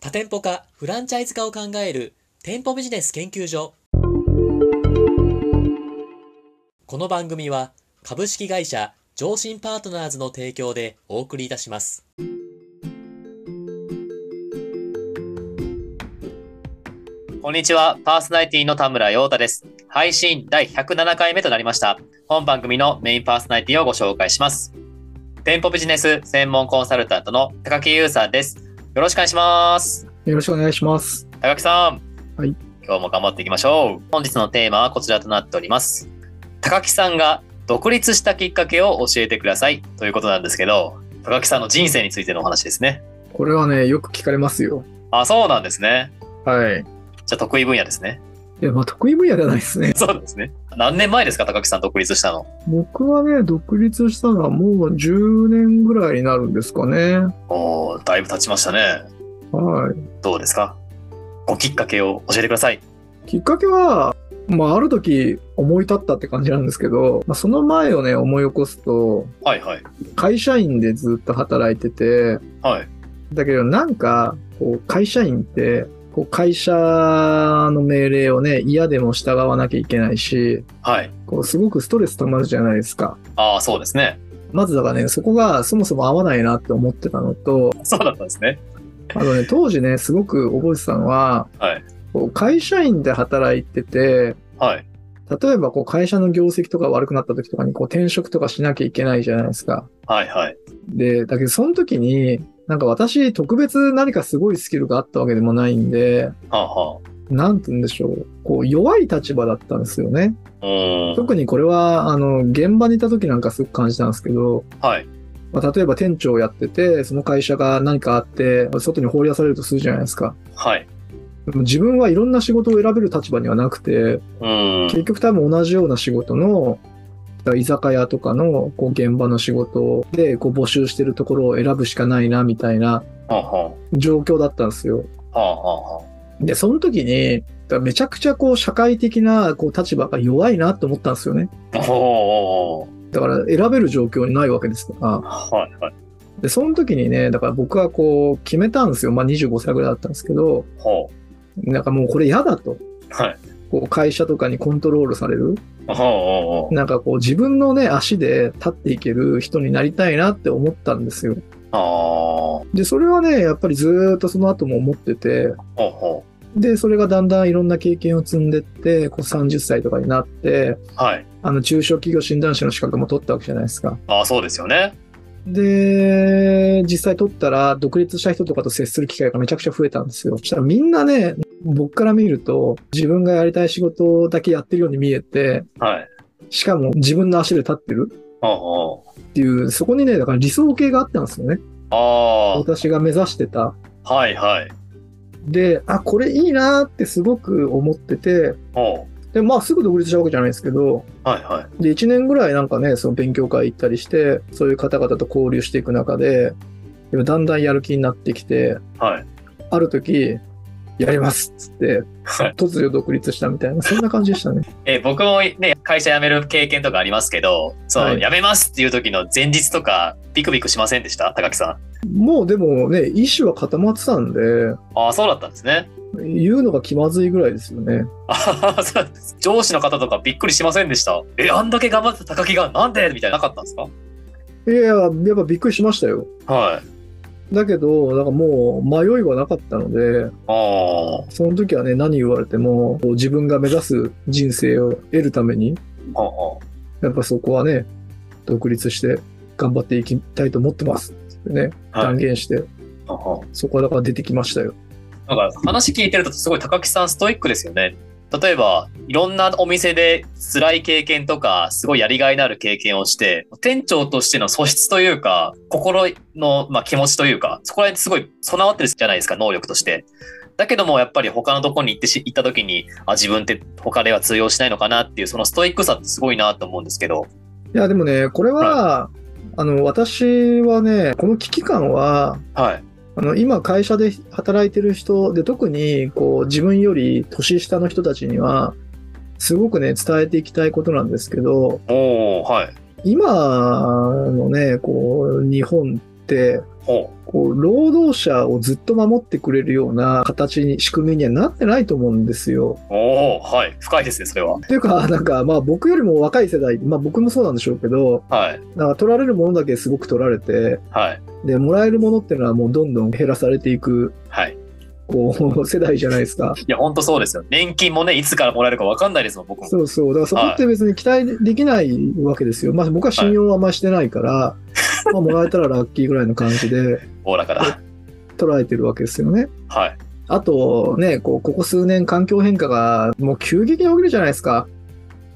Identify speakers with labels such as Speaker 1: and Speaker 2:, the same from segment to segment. Speaker 1: 多店舗化、フランチャイズ化を考える店舗ビジネス研究所。この番組は株式会社上信パートナーズの提供でお送りいたします。こんにちは。パーソナリティの田村陽太です。配信第107回目となりました。本番組のメインパーソナリティをご紹介します。店舗ビジネス専門コンサルタントの高木優さんです。よろしくお願いします。
Speaker 2: よろしくお願いします。
Speaker 1: 高木さん。
Speaker 2: はい。
Speaker 1: 今日も頑張っていきましょう。本日のテーマはこちらとなっております。高木さんが独立したきっかけを教えてくださいということなんですけど、高木さんの人生についてのお話ですね。
Speaker 2: これはね、よく聞かれますよ。
Speaker 1: あ、そうなんですね。
Speaker 2: はい。
Speaker 1: じゃあ得意分野ですね。
Speaker 2: いや、まあ、得意分野ではないですね。
Speaker 1: そうですね。何年前ですか、高木さん独立したの。
Speaker 2: 僕はね、独立したのはもう10年ぐらいになるんですかね。
Speaker 1: おお、だいぶ経ちましたね。
Speaker 2: はい。
Speaker 1: どうですか。ごきっかけを教えてください。
Speaker 2: きっかけは、まあ、ある時思い立ったって感じなんですけど、まあ、その前をね、思い起こすと、
Speaker 1: はいはい。
Speaker 2: 会社員でずっと働いてて、
Speaker 1: はい。
Speaker 2: だけどなんか、こう、会社員って、こう会社の命令をね、嫌でも従わなきゃいけないし、
Speaker 1: はい。
Speaker 2: こうすごくストレス溜まるじゃないですか。
Speaker 1: ああ、そうですね。
Speaker 2: まずだからね、そこがそもそも合わないなって思ってたのと、
Speaker 1: そうだったんですね。
Speaker 2: あとね、当時ね、すごく覚えてたのは、
Speaker 1: はい
Speaker 2: こう会社員で働いてて、
Speaker 1: はい。
Speaker 2: 例えばこう会社の業績とか悪くなった時とかにこう転職とかしなきゃいけないじゃないですか。
Speaker 1: はいはい。
Speaker 2: で、だけどその時に、なんか私特別何かすごいスキルがあったわけでもないんで、
Speaker 1: はあ、は
Speaker 2: なんて言うんでしょう。こう弱い立場だったんですよね。
Speaker 1: あ。うーん。
Speaker 2: 特にこれは、あの、現場にいた時なんかすごく感じたんですけど、
Speaker 1: はい。
Speaker 2: まあ、例えば店長をやってて、その会社が何かあって、外に放り出されるとするじゃないですか。
Speaker 1: はい。
Speaker 2: でも自分はいろんな仕事を選べる立場にはなくて、
Speaker 1: うーん。
Speaker 2: 結局多分同じような仕事の、だから居酒屋とかのこう現場の仕事でこう募集してるところを選ぶしかないな、みたいな
Speaker 1: はあ、はあ。
Speaker 2: 状況だったんですよ。
Speaker 1: はあは
Speaker 2: で、その時に、だからめちゃくちゃこう社会的なこう立場が弱いなと思ったんですよね。
Speaker 1: あはあ。おお。
Speaker 2: だから選べる状況にないわけですから。
Speaker 1: はいはい。
Speaker 2: で、その時にね、だから僕はこう決めたんですよ。まあ25歳ぐらいだったんですけど、
Speaker 1: ほ
Speaker 2: なんかもうこれ嫌だと。
Speaker 1: う。はい。
Speaker 2: こう会社とかにコントロールされる。
Speaker 1: ほうほうほう。
Speaker 2: なんかこう自分のね、足で立っていける人になりたいなって思ったんですよ。
Speaker 1: ああ。ほ
Speaker 2: で、それはね、やっぱりずーっとその後も思ってて、
Speaker 1: うほ
Speaker 2: で、それがだんだんいろんな経験を積んでって、こう30歳とかになって、
Speaker 1: う。はい。
Speaker 2: あの中小企業診断士の資格も取ったわけじゃないですか。
Speaker 1: ああ、そうですよね。
Speaker 2: で、実際取ったら、独立した人とかと接する機会がめちゃくちゃ増えたんですよ。そしたらみんなね、僕から見ると、自分がやりたい仕事だけやってるように見えて、
Speaker 1: はい。
Speaker 2: しかも自分の足で立ってる
Speaker 1: ほうほう。
Speaker 2: っていう、そこにね、だから理想形があったんですよね。
Speaker 1: あ
Speaker 2: 私が目指してた。
Speaker 1: あ。はいはい。
Speaker 2: で、あ、これいいなーってすごく思ってて、
Speaker 1: ほ
Speaker 2: で、まあすぐ独立したわけじゃないですけど、
Speaker 1: う。はいはい。
Speaker 2: で、1年ぐらいなんかね、その勉強会行ったりして、そういう方々と交流していく中で、だんだんやる気になってきて、
Speaker 1: はい。
Speaker 2: ある時、やりますっつって、
Speaker 1: はい
Speaker 2: 突如独立したみたいな、そんな感じでしたね。
Speaker 1: え、僕もね、会社辞める経験とかありますけど、そ
Speaker 2: は
Speaker 1: の、
Speaker 2: い
Speaker 1: 辞めますっていう時の前日とか、ビクビクしませんでした高木さ
Speaker 2: もうでもね、意思は固まってたんで、
Speaker 1: ん。ああ、そうだったんですね。
Speaker 2: 言うのが気まずいぐらいですよね。
Speaker 1: ああ、そうなんです。 上司の方とかびっくりしませんでした。え、あんだけ頑張ってた高木が、なんでみたいな、なかったんですか
Speaker 2: いや、やっぱびっくりしましたよ。
Speaker 1: はい。
Speaker 2: だけど、なんかもう迷いはなかったので、
Speaker 1: ああ。
Speaker 2: その時はね、何言われても、こう自分が目指す人生を得るために、
Speaker 1: ほうほう。
Speaker 2: やっぱそこはね、独立して頑張っていきたいと思ってますってね、
Speaker 1: は
Speaker 2: 断
Speaker 1: い。
Speaker 2: 言して、
Speaker 1: ほうほう
Speaker 2: そこはだから出てきましたよ。
Speaker 1: なんか話聞いてるとすごい高木さんストイックですよね。例えば、いろんなお店で辛い経験とか、すごいやりがいのある経験をして、店長としての素質というか、心の、まあ、気持ちというか、そこら辺すごい備わってるじゃないですか、能力として。だけども、やっぱり他のところに行ってし行った時に、あ、自分って他では通用しないのかなっていう、そのストイックさってすごいなと思うんですけど。
Speaker 2: いや、でもね、これは、あの、私はね、この危機感は、
Speaker 1: はい。
Speaker 2: あの、今会社で働いてる人で、特に、こう、自分より年下の人たちには、すごくね、伝えていきたいことなんですけど、
Speaker 1: おー、はい。
Speaker 2: 今のね、こう、日本って、
Speaker 1: ほう。
Speaker 2: こう、労働者をずっと守ってくれるような形に、仕組みにはなってないと思うんですよ。
Speaker 1: おおはい。深いですね、それは。
Speaker 2: っていうか、なんか、まあ僕よりも若い世代、まあ僕もそうなんでしょうけど、
Speaker 1: はい。
Speaker 2: なんか取られるものだけすごく取られて、
Speaker 1: はい。
Speaker 2: で、もらえるものっていうのはもうどんどん減らされていく、
Speaker 1: はい。い
Speaker 2: こう、世代じゃないですか。
Speaker 1: や、ほんとそうですよ。年金もね、いつからもらえるかわかんないですもん、僕も。
Speaker 2: そうそう。だからそこって別に期待できないわけですよ。まあ僕は信用はあんましてないから、まあもらえたらラッキーぐらいの感じで
Speaker 1: おおらかだ。
Speaker 2: 捉えてるわけですよね。
Speaker 1: はい。
Speaker 2: あとね、こう、ここ数年環境変化がもう急激に起きるじゃないですか。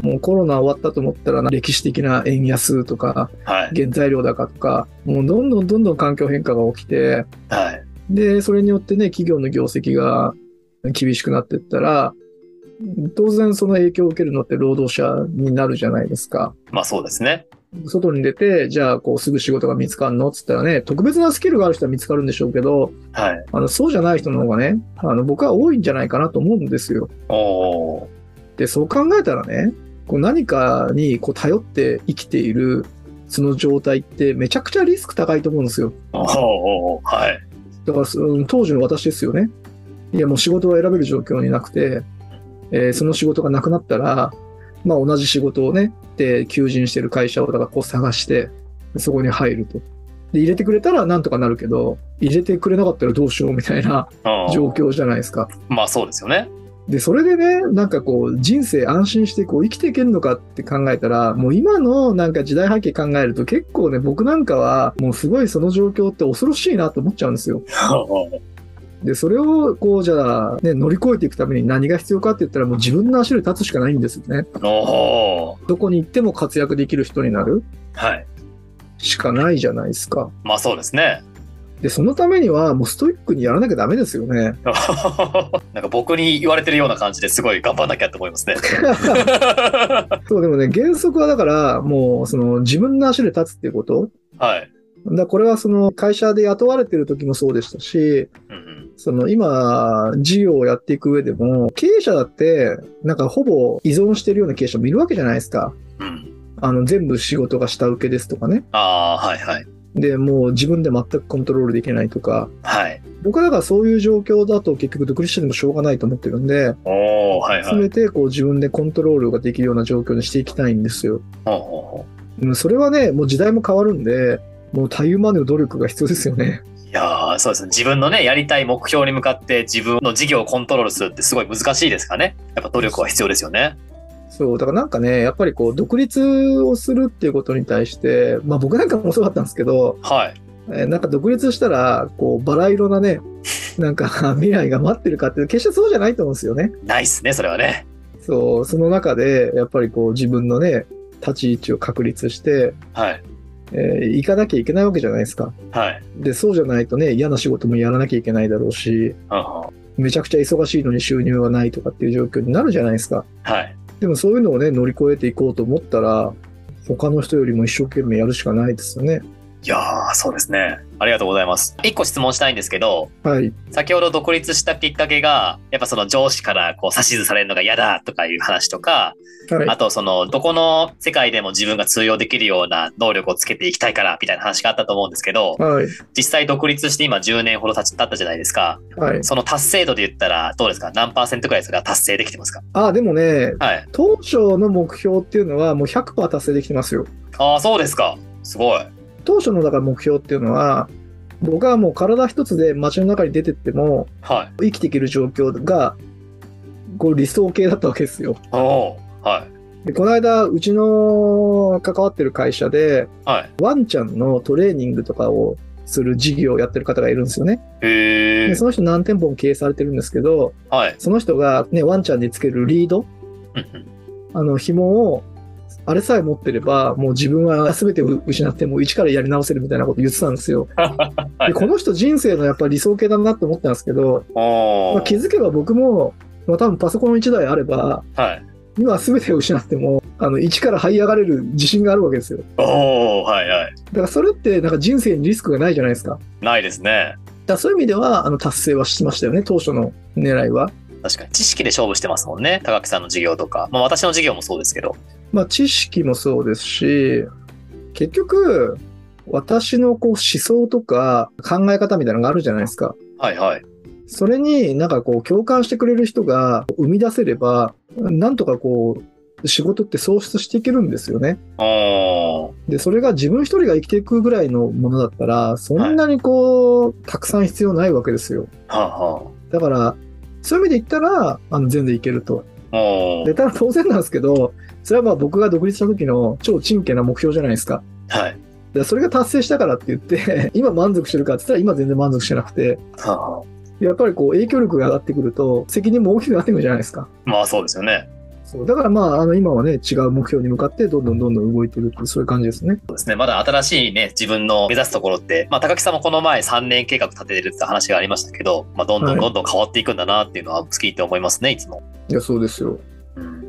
Speaker 2: もうコロナ終わったと思ったら歴史的な円安とか
Speaker 1: はい。
Speaker 2: 原材料高とか、もうどんどんどんどん環境変化が起きて、
Speaker 1: はい。
Speaker 2: で、それによってね、企業の業績が厳しくなっていったら、当然その影響を受けるのって労働者になるじゃないですか。
Speaker 1: まあそうですね。
Speaker 2: 外に出て、じゃあこうすぐ仕事が見つかるのっつったらね、特別なスキルがある人は見つかるんでしょうけど、
Speaker 1: はい。
Speaker 2: あのそうじゃない人の方がね、あの僕は多いんじゃないかなと思うんですよ。
Speaker 1: おお
Speaker 2: で、そう考えたらね、こう何かにこう頼って生きているその状態ってめちゃくちゃリスク高いと思うんですよ。
Speaker 1: おおおはい。
Speaker 2: だからその当時の私ですよね。いやもう仕事は選べる状況になくて、えーその仕事がなくなったら、まあ同じ仕事をね、で求人してる会社をだからこう探して、そこに入ると。で、入れてくれたらなんとかなるけど、入れてくれなかったらどうしようみたいな
Speaker 1: うん
Speaker 2: 状況じゃないですか。
Speaker 1: まあそうですよね。
Speaker 2: で、それでね、なんかこう、人生安心してこう生きていけるのかって考えたら、もう今のなんか時代背景考えると結構ね、僕なんかはもうすごいその状況って恐ろしいなと思っちゃうんですよ。
Speaker 1: おー
Speaker 2: で、それを、こう、じゃあ、ね、乗り越えていくために何が必要かって言ったら、もう自分の足で立つしかないんですよね。
Speaker 1: おー
Speaker 2: どこに行っても活躍できる人になる
Speaker 1: はい。
Speaker 2: しかないじゃないですか。
Speaker 1: まあそうですね。
Speaker 2: で、そのためには、もうストイックにやらなきゃダメですよね。
Speaker 1: なんか僕に言われてるような感じですごい頑張んなきゃって思いますね。
Speaker 2: そう、でもね、原則はだから、もう、その、自分の足で立つっていうこと。
Speaker 1: はい。
Speaker 2: だからこれはその会社で雇われてる時もそうでしたし、
Speaker 1: うんうん
Speaker 2: その今、事業をやっていく上でも、経営者だって、なんかほぼ依存してるような経営者もいるわけじゃないですか。
Speaker 1: うん。
Speaker 2: あの、全部仕事が下請けですとかね。
Speaker 1: ああー、はいはい。
Speaker 2: で、もう自分で全くコントロールできないとか、
Speaker 1: はい。
Speaker 2: 僕はだからそういう状況だと結局独立してもしょうがないと思ってるんで、
Speaker 1: おおはいはい。
Speaker 2: すべてこう自分でコントロールができるような状況にしていきたいんですよ。
Speaker 1: ほうほうほ
Speaker 2: うんそれはね、もう時代も変わるんで、もうたゆまぬ努力が必要ですよね。
Speaker 1: う いやーそうですね。自分のね、やりたい目標に向かって自分の事業をコントロールするってすごい難しいですからね。やっぱ努力は必要ですよね。
Speaker 2: そう、だからなんかね、やっぱりこう独立をするっていうことに対して、まあ僕なんかもそうだったんですけど、
Speaker 1: はい。
Speaker 2: えーなんか独立したら、こうバラ色なね、なんか未来が待ってるかって、決してそうじゃないと思うんですよね。
Speaker 1: ないっすね、それはね。
Speaker 2: そう、その中で、やっぱりこう自分のね、立ち位置を確立して、
Speaker 1: はい。
Speaker 2: えー行かなきゃいけないわけじゃないですか。
Speaker 1: はい。
Speaker 2: で、そうじゃないとね、嫌な仕事もやらなきゃいけないだろうし、
Speaker 1: うんうん
Speaker 2: めちゃくちゃ忙しいのに収入がないとかっていう状況になるじゃないですか。
Speaker 1: はい。
Speaker 2: でもそういうのをね、乗り越えていこうと思ったら、他の人よりも一生懸命やるしかないですよね。
Speaker 1: いやーそうですね。ありがとうございます。一個質問したいんですけど、
Speaker 2: はい。
Speaker 1: 先ほど独立したきっかけが、やっぱその上司からこう指図されるのが嫌だとかいう話とか、
Speaker 2: は
Speaker 1: あ
Speaker 2: い。
Speaker 1: とそのどこの世界でも自分が通用できるような能力をつけていきたいからみたいな話があったと思うんですけど、
Speaker 2: はい。
Speaker 1: 実際独立して今10年ほど経ち経ったじゃないですか。
Speaker 2: はい。
Speaker 1: その達成度で言ったらどうですか何パーセントくらいですか達成できてますか
Speaker 2: あ、でもね、
Speaker 1: はい。
Speaker 2: 当初の目標っていうのはもう100%達成できてますよ。
Speaker 1: ああ、そうですか。すごい。
Speaker 2: 当初のだから目標っていうのは、僕はもう体一つで街の中に出てっても、
Speaker 1: はい。
Speaker 2: 生きていける状況が、こう理想形だったわけですよ。
Speaker 1: おおはい。
Speaker 2: で、この間、うちの関わってる会社で、
Speaker 1: はい。
Speaker 2: ワンちゃんのトレーニングとかをする事業をやってる方がいるんですよね。
Speaker 1: へえ
Speaker 2: で、。その人何店舗も経営されてるんですけど、
Speaker 1: はい。
Speaker 2: その人がね、ワンちゃんにつけるリード、
Speaker 1: うん うん
Speaker 2: あの、紐を、あれさえ持ってれば、もう自分は全てを失って、もう一からやり直せるみたいなこと言ってたんですよ。
Speaker 1: は
Speaker 2: で、
Speaker 1: い。
Speaker 2: この人人生のやっぱ理想形だなって思ったんですけど、
Speaker 1: お
Speaker 2: ま
Speaker 1: お
Speaker 2: あ、気づけば僕も、まあ、多分パソコン1台あれば、
Speaker 1: はい。
Speaker 2: 今全てを失っても、あの、一から這い上がれる自信があるわけですよ。
Speaker 1: おおはいはい。
Speaker 2: だからそれって、なんか人生にリスクがないじゃないですか。だか
Speaker 1: ないですね。
Speaker 2: らそういう意味では、あの、達成はしましたよね、当初の狙いは。
Speaker 1: 確かに。知識で勝負してますもんね。高木さんの授業とか。まあ私の授業もそうですけど。
Speaker 2: まあ、知識もそうですし、結局、私のこう思想とか考え方みたいなのがあるじゃないですか。
Speaker 1: はいはい。
Speaker 2: それになんかこう共感してくれる人が生み出せれば、なんとかこう仕事って創出していけるんですよね。
Speaker 1: あー
Speaker 2: で、それが自分一人が生きていくぐらいのものだったら、そんなにこう、たくさん必要ないわけですよ。
Speaker 1: はあは
Speaker 2: だから、そういう意味で言ったら、あの全然いけると。
Speaker 1: あ。お
Speaker 2: で、ただ当然なんですけど、それはまあ僕が独立した時の超珍家な目標じゃないですか。
Speaker 1: はい。
Speaker 2: でそれが達成したからって言って、今満足してるかって言ったら今全然満足してなくて、
Speaker 1: はあはあ。
Speaker 2: やっぱりこう影響力が上がってくると責任も大きくなってくるじゃないですか。
Speaker 1: まあそうですよね。
Speaker 2: そう。だからまあ、あの今はね、違う目標に向かってどんどんどんどん動いてるっていう、そういう感じですね。
Speaker 1: そうですね。まだ新しいね、自分の目指すところって、まあ高木さんもこの前3年計画立ててるって話がありましたけど、まあどんど
Speaker 2: は
Speaker 1: ん
Speaker 2: い
Speaker 1: どんどん変わっていくんだなっていうのは聞いて思いますね、いつも。
Speaker 2: いや、そうですよ。
Speaker 1: うん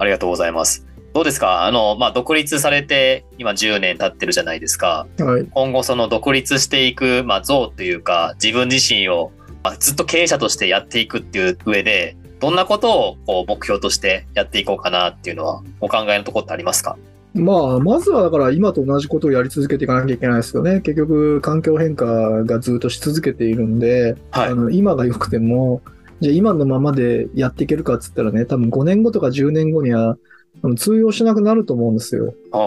Speaker 1: ありがとうございます。どうですかあの、まあ独立されて今10年経ってるじゃないですか。
Speaker 2: はい。
Speaker 1: 今後その独立していく、まあ、像というか自分自身を、まあ、ずっと経営者としてやっていくっていう上でどんなことをこう目標としてやっていこうかなっていうのはお考えのところってありますか
Speaker 2: まあ、まずはだから今と同じことをやり続けていかなきゃいけないですよね。結局、環境変化がずっとし続けているんで、
Speaker 1: はい
Speaker 2: あ。の今が良くても、じゃあ今のままでやっていけるかっつったらね、多分5年後とか10年後にはあの通用しなくなると思うんですよ。
Speaker 1: あ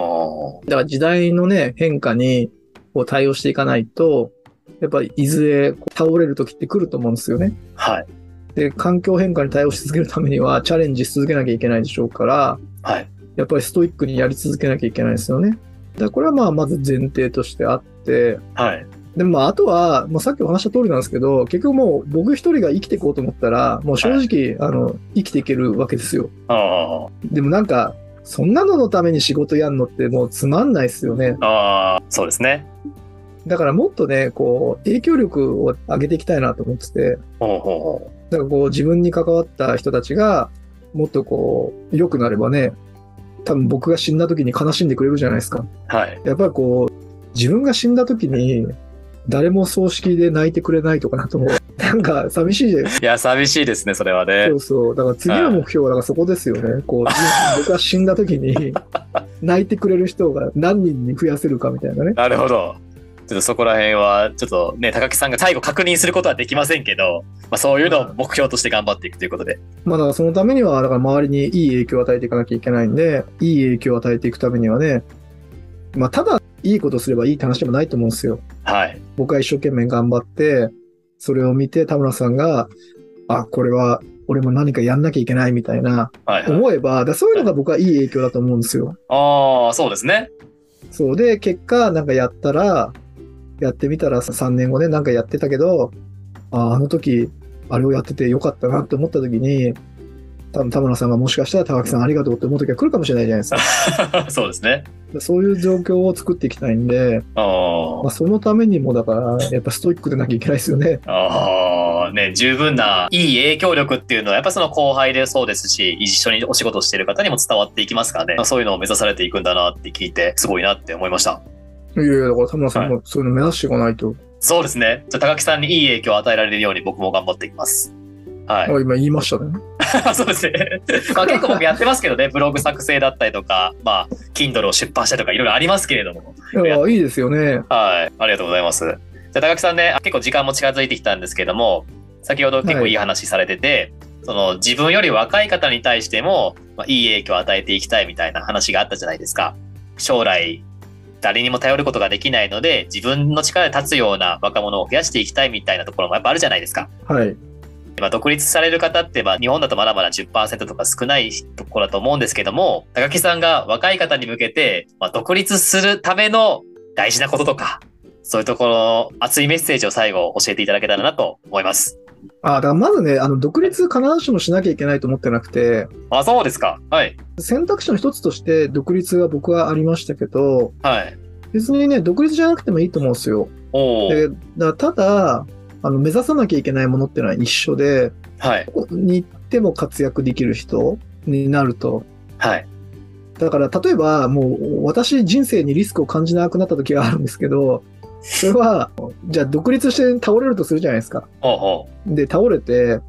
Speaker 1: ー
Speaker 2: だから時代のね、変化にこう対応していかないと、やっぱりいずれこう倒れる時って来ると思うんですよね。
Speaker 1: はい。
Speaker 2: で、環境変化に対応し続けるためにはチャレンジし続けなきゃいけないでしょうから、
Speaker 1: はい。
Speaker 2: やっぱりストイックにやり続けなきゃいけないですよね。だからこれはまあまず前提としてあって、
Speaker 1: はい。
Speaker 2: でもまああとは、もうさっきお話した通りなんですけど、結局もう僕一人が生きていこうと思ったら、もう正直、あの、生きていけるわけですよ。
Speaker 1: あ
Speaker 2: でもなんか、そんなののために仕事やんのってもうつまんないですよね。
Speaker 1: あ。ああ。そうですね。
Speaker 2: だからもっとね、こう、影響力を上げていきたいなと思ってて、
Speaker 1: ほうほうほ
Speaker 2: だからこう、自分に関わった人たちが、もっとこう、良くなればね、多分僕が死んだ時に悲しんでくれるじゃないですか。
Speaker 1: う。はい。
Speaker 2: やっぱりこう、自分が死んだ時に、誰も葬式で泣いてくれないとかなと思う。 なんか寂しいじゃないです
Speaker 1: い
Speaker 2: か
Speaker 1: や、寂しいですね、それはね
Speaker 2: そ。うそう。だから次の目標はだからそこですよね。こう、僕が死んだ時に泣いてくれる人が何人に増やせるかみたいなね。
Speaker 1: なるほど。ちょっとそこら辺は、ちょっとね、高木さんが最後確認することはできませんけど、まあそういうのを目標として頑張っていくということで。
Speaker 2: まあだからそのためには、だから周りにいい影響を与えていかなきゃいけないんで、いい影響を与えていくためにはね、まあただいいことすればいいって話でもないと思うんですよ。
Speaker 1: はい。
Speaker 2: 僕が一生懸命頑張って、それを見て田村さんが、あ、これは俺も何かやんなきゃいけないみたいな
Speaker 1: はい、はい。
Speaker 2: 思えば、だからそういうのが僕はいい影響だと思うんですよ。
Speaker 1: ああ、そうですね。
Speaker 2: そうで、結果、なんかやったら、やってみたら3年後ね、なんかやってたけど、あーあの時、あれをやっててよかったなって思った時に、多分田村さんがもしかしたら高木さんありがとうって思う時が来るかもしれないじゃないですか。
Speaker 1: そうですね。
Speaker 2: そういう状況を作っていきたいんで、
Speaker 1: あ
Speaker 2: まあ、そのためにもだから、やっぱストイックでなきゃいけないですよね。
Speaker 1: ーあー、ね、十分ないい影響力っていうのは、やっぱその後輩でそうですし、一緒にお仕事してる方にも伝わっていきますからね、まあそういうのを目指されていくんだなって聞いて、すごいなって思いました。
Speaker 2: いやいや、だから田村さんもそういうの目指していかないと。
Speaker 1: そうですね。じゃあ高木さんにいい影響を与えられるように僕も頑張っていきます。はい。
Speaker 2: あ今言いましたね。
Speaker 1: そうですね。まあ結構僕やってますけどね、ブログ作成だったりとか、まあ、Kindle を出版したりとかいろいろありますけれども。
Speaker 2: いや、いいですよね。
Speaker 1: はい。ありがとうございます。じゃあ高木さんね、結構時間も近づいてきたんですけども、先ほど結構いい話されてて、その自分より若い方に対しても、まあ、いい影響を与えていきたいみたいな話があったじゃないですか。将来、誰にも頼ることができないので、自分の力で立つような若者を増やしていきたいみたいなところもやっぱあるじゃないですか。
Speaker 2: はい。
Speaker 1: まあ、独立される方って、まあ、日本だとまだまだ10%とか少ないところだと思うんですけども、高木さんが若い方に向けて、まあ、独立するための大事なこととか、そういうところの熱いメッセージを最後教えていただけたらなと思います。
Speaker 2: あ、だからまずね、あの、独立必ずしもしなきゃいけないと思ってなくて、
Speaker 1: あ、そうですか。はい。
Speaker 2: 選択肢の一つとして独立が僕はありましたけど、
Speaker 1: はい。
Speaker 2: 別にね、独立じゃなくてもいいと思うんですよ。
Speaker 1: おお。
Speaker 2: でだからただ、あの目指さなきゃいけないものっていうのは一緒で、
Speaker 1: はい。
Speaker 2: どこに行っても活躍できる人になると。
Speaker 1: はい。
Speaker 2: だから、例えば、もう、私、人生にリスクを感じなくなった時があるんですけど、それは、じゃあ、独立して倒れるとするじゃないですか。
Speaker 1: おうおう。
Speaker 2: で、倒れて、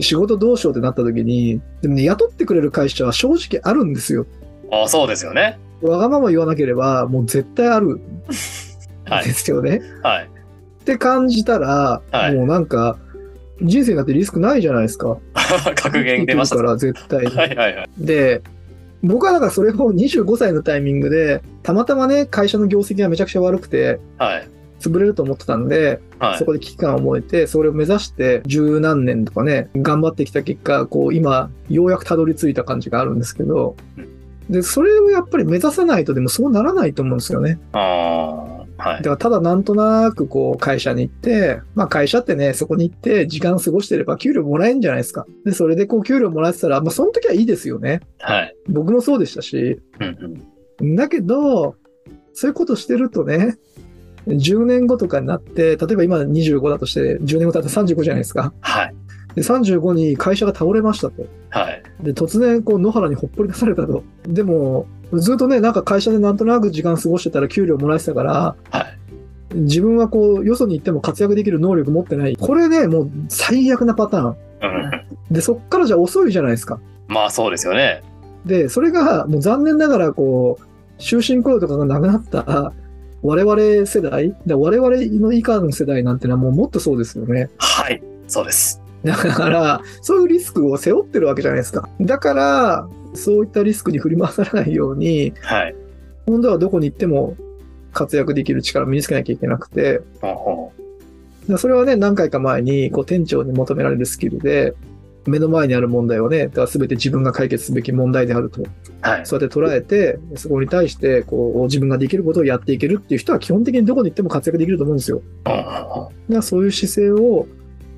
Speaker 2: 仕事どうしようってなった時に、でもね、雇ってくれる会社は正直あるんですよ。
Speaker 1: あそうですよね。
Speaker 2: わがまま言わなければ、もう絶対ある。
Speaker 1: はい
Speaker 2: ですけどね。
Speaker 1: はい。
Speaker 2: って感じたら、
Speaker 1: はい
Speaker 2: もうなんか、人生になってリスクないじゃないですか。
Speaker 1: 格言出ました。
Speaker 2: 生きて
Speaker 1: は
Speaker 2: るから絶対に
Speaker 1: いはいはい。
Speaker 2: で、僕はだからそれを25歳のタイミングで、たまたまね、会社の業績がめちゃくちゃ悪くて、
Speaker 1: はい。
Speaker 2: 潰れると思ってたんで、
Speaker 1: はい
Speaker 2: そ。こで危機感を覚えて、それを目指して、十何年とかね、頑張ってきた結果、こう、今、ようやくたどり着いた感じがあるんですけど
Speaker 1: う、
Speaker 2: で、それをやっぱり目指さないとでもそうならないと思うんですよね。
Speaker 1: ああ。は
Speaker 2: だ
Speaker 1: い。
Speaker 2: からただなんとなくこう会社に行って、まあ会社ってね、そこに行って時間過ごしてれば給料もらえるんじゃないですか。で、それでこう給料もらってたら、まあその時はいいですよね。
Speaker 1: はい。
Speaker 2: 僕もそうでしたし。
Speaker 1: うんうん。
Speaker 2: だけど、そういうことしてるとね、10年後とかになって、例えば今25だとして、10年後経って35じゃないですか。
Speaker 1: はい。
Speaker 2: で、35に会社が倒れましたと。
Speaker 1: はい。
Speaker 2: で、突然、こう、野原にほっぽり出されたと。でも、ずっとね、なんか会社でなんとなく時間過ごしてたら給料もらえてたから、
Speaker 1: はい。
Speaker 2: 自分はこう、よそに行っても活躍できる能力持ってない。これね、もう最悪なパターン。
Speaker 1: うん。
Speaker 2: で、そっからじゃ遅いじゃないですか。
Speaker 1: まあそうですよね。
Speaker 2: で、それがもう残念ながら、こう、終身雇用とかがなくなった我々世代、で我々の以下の世代なんてのはもうもっとそうですよね。
Speaker 1: はい。そうです。
Speaker 2: だから、そういうリスクを背負ってるわけじゃないですか。だから、そういったリスクに振り回されないように、
Speaker 1: はい。
Speaker 2: 今度はどこに行っても活躍できる力を身につけなきゃいけなくて、
Speaker 1: ほうほう
Speaker 2: だからそれはね、何回か前に、こう、店長に求められるスキルで、目の前にある問題をね、だから全て自分が解決すべき問題であると、
Speaker 1: はい。
Speaker 2: そうやって捉えて、そこに対して、こう、自分ができることをやっていけるっていう人は、基本的にどこに行っても活躍できると思うんですよ。
Speaker 1: ほうほうほ
Speaker 2: だからそういう姿勢を、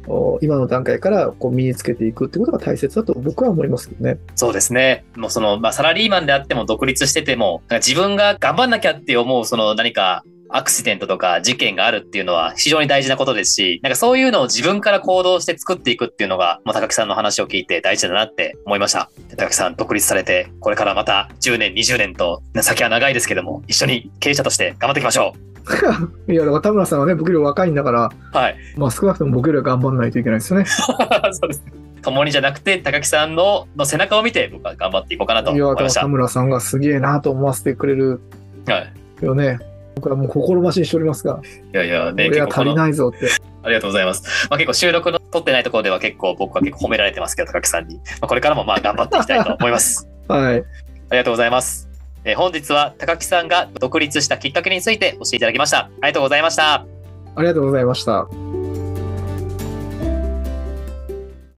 Speaker 2: お今の段階からこう身につけていくってことが大切だと僕は思いますけどね
Speaker 1: う。そうですね。もうその、まあサラリーマンであっても独立してても、なんか自分が頑張んなきゃって思う、その何か、アクシデントとか事件があるっていうのは非常に大事なことですし、なんかそういうのを自分から行動して作っていくっていうのが、もう高木さんの話を聞いて大事だなって思いました。高木さん独立されて、これからまた10年、20年と、先は長いですけども、一緒に経営者として頑張っていきましょ
Speaker 2: いや、だから田村さんはね、僕より若いんだから、
Speaker 1: う。はい。
Speaker 2: まあ少なくとも僕よりは頑張んないといけないですよね。
Speaker 1: そうです。共にじゃなくて、高木さんのの背中を見て、僕は頑張っていこうかなと
Speaker 2: い
Speaker 1: 思
Speaker 2: や、
Speaker 1: いま
Speaker 2: だから
Speaker 1: した。
Speaker 2: 田
Speaker 1: は
Speaker 2: 村さんがすげえなと思わせてくれる
Speaker 1: い。
Speaker 2: よね。僕はもう心待ちにしておりますが、
Speaker 1: いやいや、ね、
Speaker 2: 俺
Speaker 1: 結
Speaker 2: は
Speaker 1: 構
Speaker 2: 足
Speaker 1: こ
Speaker 2: り
Speaker 1: の、
Speaker 2: ないぞって。
Speaker 1: ありがとうございます。まあ結構収録の撮ってないところでは結構僕は結構褒められてますけど、高木さんに。まあこれからもまあ頑張っていきたいと思い ます。
Speaker 2: は
Speaker 1: あ
Speaker 2: い。
Speaker 1: りがとうございます。えー本日は高木さんが独立したきっかけについて教えていただきました。ありがとうございました。
Speaker 2: ありがとうございました。